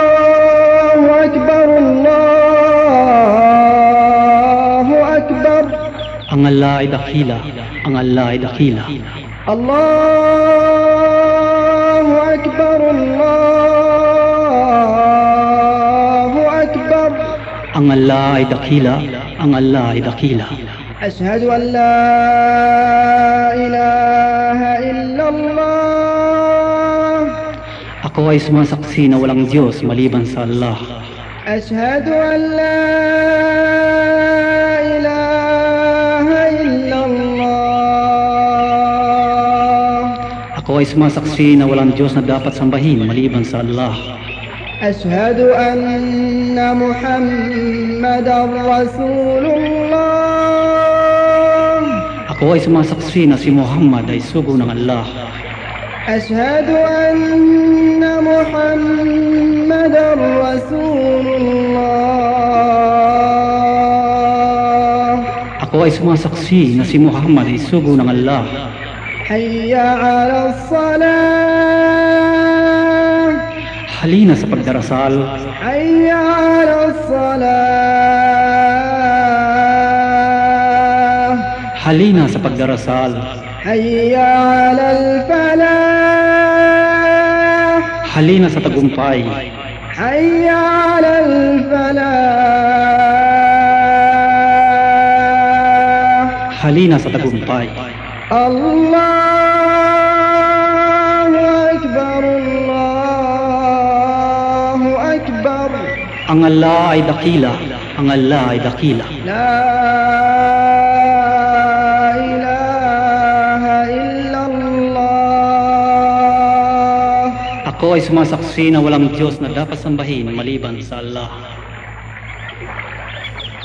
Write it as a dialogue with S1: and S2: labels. S1: الله أكبر الله أكبر
S2: Ang Allah ay dakila, ang Allah ay dakila.
S1: الله أكبر الله أكبر
S2: Ang Allah ay dakila, ang Allah ay dakila.
S1: أشهد أن لا إله إلا الله
S2: Ako ay sumasaksi na walang Diyos maliban sa Allah.
S1: أشهد أن لا إله إلا الله
S2: Ako ay sumasaksi na walang Diyos na dapat sambahin maliban sa Allah.
S1: أشهد أن محمدا رسول الله
S2: Ako ay sumasaksi na si Muhammad ay sugo ng Allah.
S1: أشهد أن محمدا رسول الله
S2: Ako ay sumasaksi na si Muhammad ay sugo ng Allah.
S1: حي على الصلاة
S2: Halina sa pagdarasal,
S1: حي على الصلاة
S2: halina sa pagdarasal,
S1: حي على الفلاح
S2: halina sa tagumpay,
S1: حي على الفلاح
S2: halina sa tagumpay.
S1: الله أكبر الله أكبر
S2: Ang Allah ay dakila, ang Allah ay dakila.
S1: لا إله إلا الله
S2: Ako ay sumasaksi na walang Diyos na dapat sambahin maliban sa Allah.